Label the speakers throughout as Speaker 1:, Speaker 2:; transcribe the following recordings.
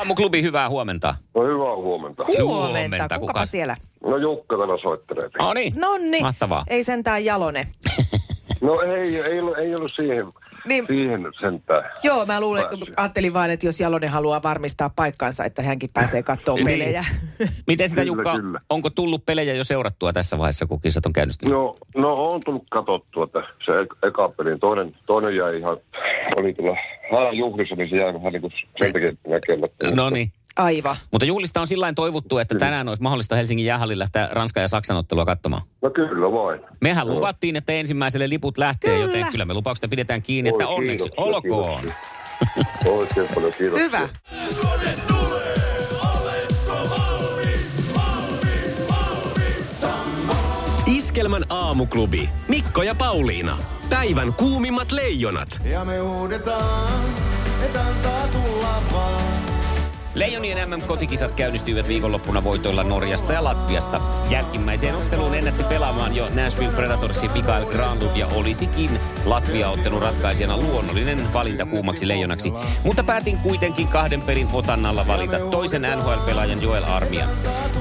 Speaker 1: Aamuklubi, hyvää huomenta.
Speaker 2: No hyvää huomenta.
Speaker 1: Huomenta,
Speaker 3: Huomenta,
Speaker 1: kuka-
Speaker 3: kukapa siellä?
Speaker 2: No Jukka täällä soittelee.
Speaker 1: No niin,
Speaker 3: Nonni,
Speaker 1: mahtavaa.
Speaker 3: ei sentään jalone.
Speaker 2: No ei, ei, ollut, ei ollut siihen,
Speaker 3: Niin.
Speaker 2: niin. siihen sentään.
Speaker 3: Joo, mä luulen,
Speaker 2: Päässyt.
Speaker 3: ajattelin vaan, että jos Jalonen haluaa varmistaa paikkaansa, että hänkin pääsee katsomaan
Speaker 1: Niin.
Speaker 3: pelejä.
Speaker 1: Miten sitä
Speaker 2: Kyllä,
Speaker 1: Jukka,
Speaker 2: kyllä.
Speaker 1: onko tullut pelejä jo seurattua tässä vaiheessa, kun kisat on käynnistynyt?
Speaker 2: No, no on tullut katsottua, että se e- eka pelin toinen, toinen jäi ihan, oli tuolla haaran juhlissa, niin se jäi vähän niin kuin sen takia näkemättä.
Speaker 1: No niin.
Speaker 3: Aivan.
Speaker 1: Mutta juhlista on sillä toivottu, että tänään olisi mahdollista Helsingin jäähallilla lähteä Ranskan ja Saksan ottelua katsomaan.
Speaker 2: No kyllä vain.
Speaker 1: Mehän luvattiin, että ensimmäiselle liput lähtee,
Speaker 3: Kyllä.
Speaker 1: joten kyllä me lupauksesta pidetään kiinni, että
Speaker 2: Oi,
Speaker 1: onneksi
Speaker 2: kiitoksia,
Speaker 1: olkoon.
Speaker 2: kiitoksia. Oikein paljon kiitoksia.
Speaker 3: Hyvä.
Speaker 4: Iskelmän aamuklubi. Mikko ja Pauliina. Päivän kuumimmat leijonat.
Speaker 5: Ja me huudetaan, et antaa tulla vaan.
Speaker 1: Leijonien MM-kotikisat käynnistyivät viikonloppuna voitoilla Norjasta ja Latviasta. Jälkimmäiseen otteluun ennätti pelaamaan jo Nashville Predatorsin Mikael Granlund ja olisikin Latvia-ottelun ratkaisijana luonnollinen valinta kuumaksi leijonaksi. Mutta päätin kuitenkin kahden pelin otannalla valita toisen NHL-pelaajan Joel Armia.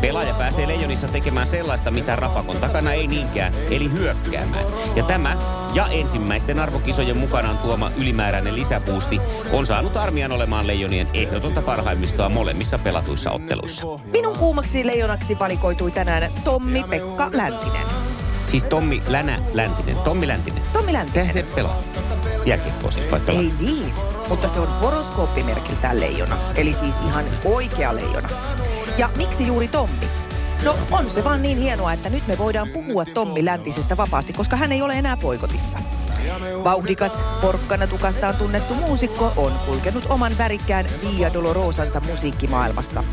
Speaker 1: Pelaaja pääsee leijonissa tekemään sellaista, mitä rapakon takana ei niinkään, eli hyökkäämään. Ja tämä ja ensimmäisten arvokisojen mukanaan tuoma ylimääräinen lisäpuusti on saanut armian olemaan leijonien ehdotonta parhaimmistoa molemmissa pelatuissa otteluissa.
Speaker 3: Minun kuumaksi leijonaksi valikoitui tänään Tommi Pekka Läntinen.
Speaker 1: Siis Tommi Länä Läntinen. Tommi Läntinen.
Speaker 3: Tommi
Speaker 1: Tehän
Speaker 3: Läntinen.
Speaker 1: se pelaa. Jääkiekkoa siis vai pelaa?
Speaker 3: Ei niin, mutta se on horoskooppimerkiltään leijona, eli siis ihan oikea leijona. Ja miksi juuri Tommi? No on se vaan niin hienoa, että nyt me voidaan puhua Tommi Läntisestä vapaasti, koska hän ei ole enää poikotissa. Vauhdikas, porkkanatukastaan tunnettu muusikko on kulkenut oman värikkään Via Dolorosansa musiikkimaailmassa.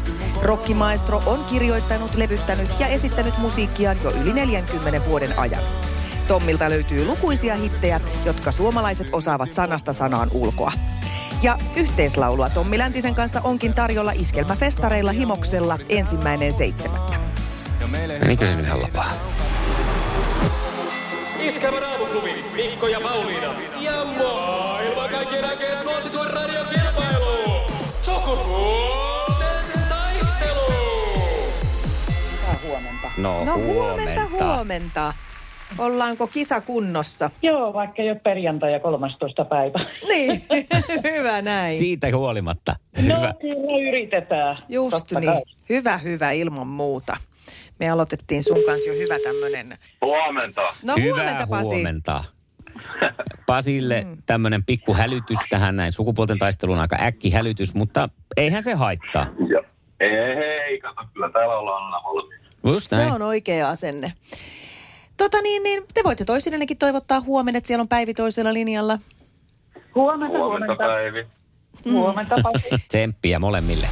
Speaker 3: Rokkimaestro on kirjoittanut, levyttänyt ja esittänyt musiikkiaan jo yli 40 vuoden ajan. Tommilta löytyy lukuisia hittejä, jotka suomalaiset osaavat sanasta sanaan ulkoa. Ja yhteislaulua Tommi Läntisen kanssa onkin tarjolla iskelmäfestareilla Himoksella ensimmäinen seitsemättä.
Speaker 1: Menikö No niin, se nyt ihan lapaa?
Speaker 4: Iskelmän aamuklubi. Mikko ja Pauliina. Ja maailman kaikkien aikeen suosituen radiokilpailu. Sukupuolten taistelu.
Speaker 1: No,
Speaker 3: No huomenta, huomenta. Ollaanko kisa kunnossa?
Speaker 6: Joo, vaikka ei ole perjantai ja 13. päivä.
Speaker 3: Niin, hyvä näin.
Speaker 1: Siitä huolimatta.
Speaker 6: No,
Speaker 1: Hyvä.
Speaker 6: kyllä yritetään.
Speaker 3: Just
Speaker 6: Totta
Speaker 3: niin.
Speaker 6: kai.
Speaker 3: Hyvä, hyvä, ilman muuta. Me aloitettiin sun kanssa jo hyvä tämmönen.
Speaker 2: Huomenta.
Speaker 3: No
Speaker 1: Hyvää
Speaker 3: huomenta Pasi. Mm.
Speaker 1: huomenta. Pasille tämmöinen pikku hälytys tähän näin. Sukupuolten taistelun aika äkki hälytys, mutta eihän se haittaa.
Speaker 2: Ja. Ei, hei, kato, kyllä täällä ollaan aina ollut.
Speaker 1: Just
Speaker 3: Se
Speaker 1: näin.
Speaker 3: on oikea asenne. Tota niin, niin te voitte toisilleenkin toivottaa huomenna, että siellä on Päivi toisella linjalla.
Speaker 2: Huomenta,
Speaker 6: Huomenta, huomenta.
Speaker 2: Päivi.
Speaker 6: Huomenta,
Speaker 3: Mm.
Speaker 6: Pasi.
Speaker 1: Tsemppiä molemmille.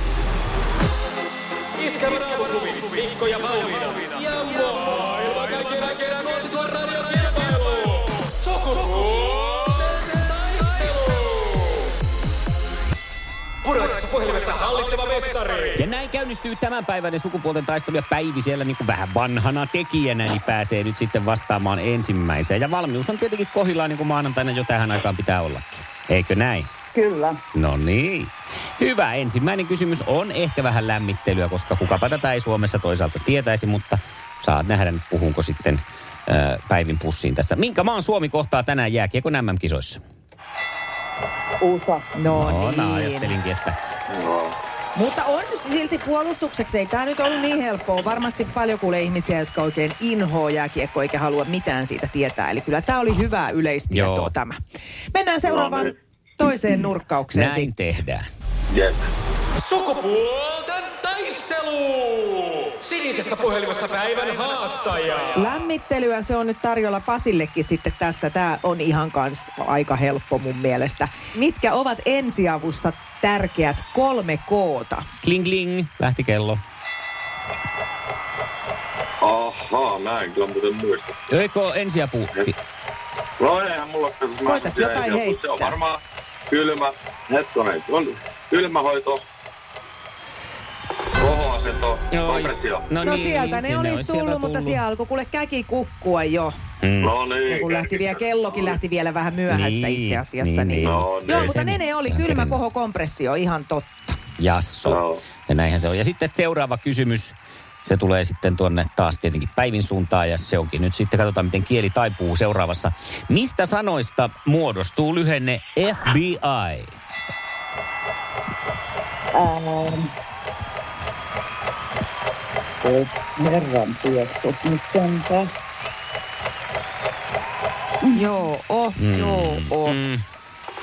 Speaker 4: Iskelmän aamuklubi. Mikko ja Pauliina. Ja maailman kaikkien aikeen suosituen radiokilpailu. Sukupuolten taistelu. Puraisessa puhelimessa hallitseva mestari.
Speaker 1: Ja näin käynnistyy tämänpäiväinen sukupuolten taistelu ja Päivi siellä niin kuin vähän vanhana tekijänä, niin pääsee nyt sitten vastaamaan ensimmäiseen. Ja valmius on tietenkin kohillaan niin kuin maanantaina jo tähän aikaan pitää ollakin. Eikö näin?
Speaker 6: Kyllä.
Speaker 1: No niin. Hyvä. Ensimmäinen kysymys on ehkä vähän lämmittelyä, koska kukapa tätä ei Suomessa toisaalta tietäisi, mutta saat nähdä, nyt puhunko sitten ö, Päivin pussiin tässä. Minkä maan Suomi kohtaa tänään jääkiekon MM-kisoissa?
Speaker 6: USA.
Speaker 3: No,
Speaker 1: mä
Speaker 3: niin.
Speaker 1: ajattelinkin, että
Speaker 3: Mutta on nyt silti puolustukseksi. Ei tämä nyt ollut niin helppoa. Varmasti paljon kuulee ihmisiä, jotka oikein inhoo jääkiekkoa eikä halua mitään siitä tietää. Eli kyllä tämä oli hyvää
Speaker 1: Joo.
Speaker 3: yleistietoa tämä. Mennään seuraavaan toiseen nurkkaukseen.
Speaker 1: näin tehdään.
Speaker 2: Jep.
Speaker 4: Sukupuolten taistelu! Sinisessä puhelimessa päivän haastaja.
Speaker 3: Lämmittelyä se on nyt tarjolla Pasillekin sitten tässä. Tämä on ihan kans aika helppo mun mielestä. Mitkä ovat ensiavussa tärkeät kolme koota?
Speaker 1: Kling kling, lähti kello.
Speaker 2: Ahaa, mä en kyllä muuten muista.
Speaker 1: Öikö ensiapu? Ti-
Speaker 2: No eihän mulla ole, kun mä-
Speaker 3: Koetas
Speaker 2: se-
Speaker 3: jotain
Speaker 2: se- Se on
Speaker 3: heittää.
Speaker 2: varmaan kylmä, hetkonen, on kylmähoito, kohoasento, kompressio.
Speaker 3: No,
Speaker 1: niin,
Speaker 3: no sieltä ne olisi tullut, mutta siellä alkoi kuule käki kukkua jo.
Speaker 1: Mm.
Speaker 2: No
Speaker 3: Ja
Speaker 2: niin.
Speaker 3: kun lähti vielä, kellokin lähti vielä vähän myöhässä
Speaker 1: Niin,
Speaker 3: itse asiassa.
Speaker 1: niin,
Speaker 3: Niin,
Speaker 1: niin.
Speaker 2: No,
Speaker 3: Joo,
Speaker 1: ei
Speaker 3: mutta
Speaker 1: se
Speaker 3: ne, ne
Speaker 1: nyt
Speaker 3: oli
Speaker 1: lähtenyt.
Speaker 3: kylmä koho kompressio, ihan totta.
Speaker 1: Jasso.
Speaker 2: Joo.
Speaker 1: Ja näinhän se on. Ja sitten seuraava kysymys. Se tulee sitten tuonne taas tietenkin päivin suuntaan ja se onkin nyt sitten katsotaan, miten kieli taipuu seuraavassa. Mistä sanoista muodostuu lyhenne FBI?
Speaker 6: Ähm. Ei Herran tiedä, miten tämä...
Speaker 3: Joo, oh, joo, oh.
Speaker 1: Mm.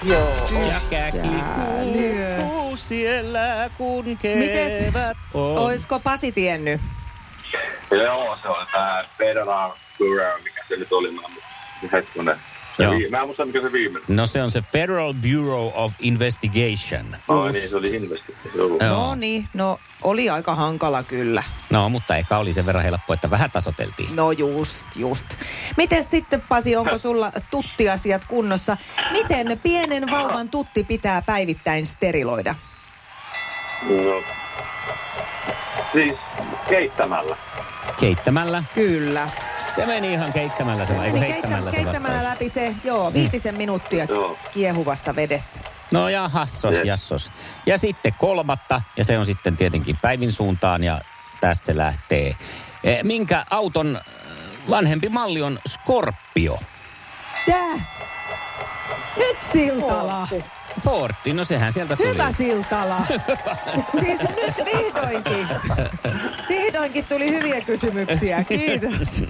Speaker 6: Joo.
Speaker 1: Ja käkikkuu siellä, kun
Speaker 3: Mites?
Speaker 1: kevät on.
Speaker 3: Oisko Pasi tiennyt?
Speaker 2: Joo, se oli tää Federal Bureau, mikä se nyt oli. Mä mu- hetkinen. Se
Speaker 1: Joo.
Speaker 2: vii- Mä en muista, mikä se viimeinen.
Speaker 1: No se on se Federal Bureau of Investigation.
Speaker 2: Ai niin, se oli investointi. se oli.
Speaker 3: No niin, no oli aika hankala kyllä.
Speaker 1: No, mutta eka oli sen verran helppo, että vähän tasoteltiin.
Speaker 3: No just, just. Miten sitten Pasi, onko sulla tuttiasiat kunnossa? Miten pienen vauvan tutti pitää päivittäin steriloida?
Speaker 2: No. Siis keittämällä.
Speaker 1: Keittämällä.
Speaker 3: Kyllä.
Speaker 1: Se meni ihan keittämällä se, Mm. vai?
Speaker 3: Niin
Speaker 1: heittämällä
Speaker 3: keittämällä,
Speaker 1: se
Speaker 3: keittämällä
Speaker 1: vastaus.
Speaker 3: läpi se, joo, viitisen minuuttia
Speaker 2: Joo.
Speaker 3: kiehuvassa vedessä.
Speaker 1: No ja hassos,
Speaker 2: Jep.
Speaker 1: jassos. Ja sitten kolmatta, ja se on sitten tietenkin päivin suuntaan, ja tästä se lähtee. Eh, Minkä auton äh, vanhempi malli on Scorpio?
Speaker 3: Jää! Nyt Siltala!
Speaker 1: Fortti, no sehän sieltä tuli.
Speaker 3: Hyvä Siltala! siis nyt vihdoinkin. Vihdoinkin tuli hyviä kysymyksiä, kiitos.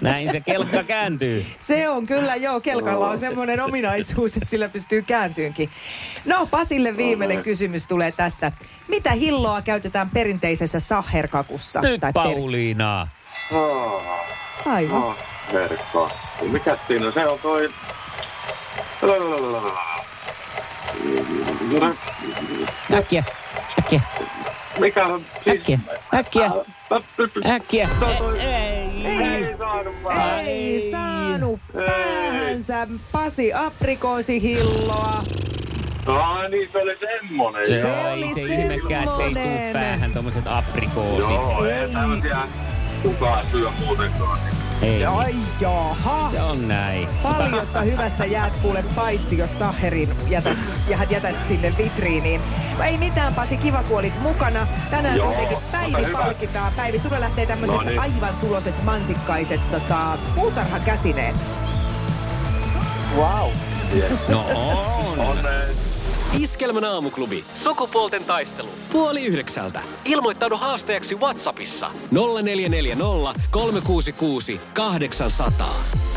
Speaker 1: Näin se kelkka kääntyy.
Speaker 3: Se on kyllä, joo, kelkalla on semmoinen ominaisuus, että sillä pystyy kääntyynkin. No, Pasille viimeinen kysymys tulee tässä. Mitä hilloa käytetään perinteisessä saherkakussa?
Speaker 1: Nyt
Speaker 3: per-
Speaker 1: Pauliina.
Speaker 2: Oh,
Speaker 3: Aivan.
Speaker 2: oh, verkko. Mikä siinä on? Se on toi...
Speaker 1: Äkkiä, äkkiä,
Speaker 2: Mikä on siis...
Speaker 1: äkkiä, äkkiä, äkkiä.
Speaker 2: Se on toi...
Speaker 1: Ei,
Speaker 2: Ei saanut vaan.
Speaker 3: Ei saanut päähänsä Pasi aprikoosi hilloa.
Speaker 2: Ai niin, se oli semmonen.
Speaker 1: Se,
Speaker 3: Se
Speaker 1: ei
Speaker 3: oli
Speaker 1: se ihmekään, että ei tuu
Speaker 3: semmonen.
Speaker 1: päähän tommoset aprikoosit.
Speaker 2: Joo, ei tämmöisiä kukaan syö muutenkaan.
Speaker 1: Ei,
Speaker 3: Ai jaha.
Speaker 1: se on näin.
Speaker 3: Paljosta hyvästä jäät kuule paitsi, jos saherin jätät, jätät, jätät sinne vitriiniin. No Ei mitään, Pasi, kiva kun olit mukana. Tänään
Speaker 2: Joo,
Speaker 3: kuitenkin
Speaker 2: ota
Speaker 3: Päivi
Speaker 2: hyvä.
Speaker 3: palkitaan. Päivi, sulle lähtee tämmöiset
Speaker 2: No niin.
Speaker 3: aivan suloset mansikkaiset tota, puutarhakäsineet.
Speaker 6: Wow.
Speaker 1: No on.
Speaker 2: Onneen.
Speaker 4: Iskelmän aamuklubi. Sukupuolten taistelu. Puoli yhdeksältä. Ilmoittaudu haastajaksi Whatsappissa. 0440 366 800.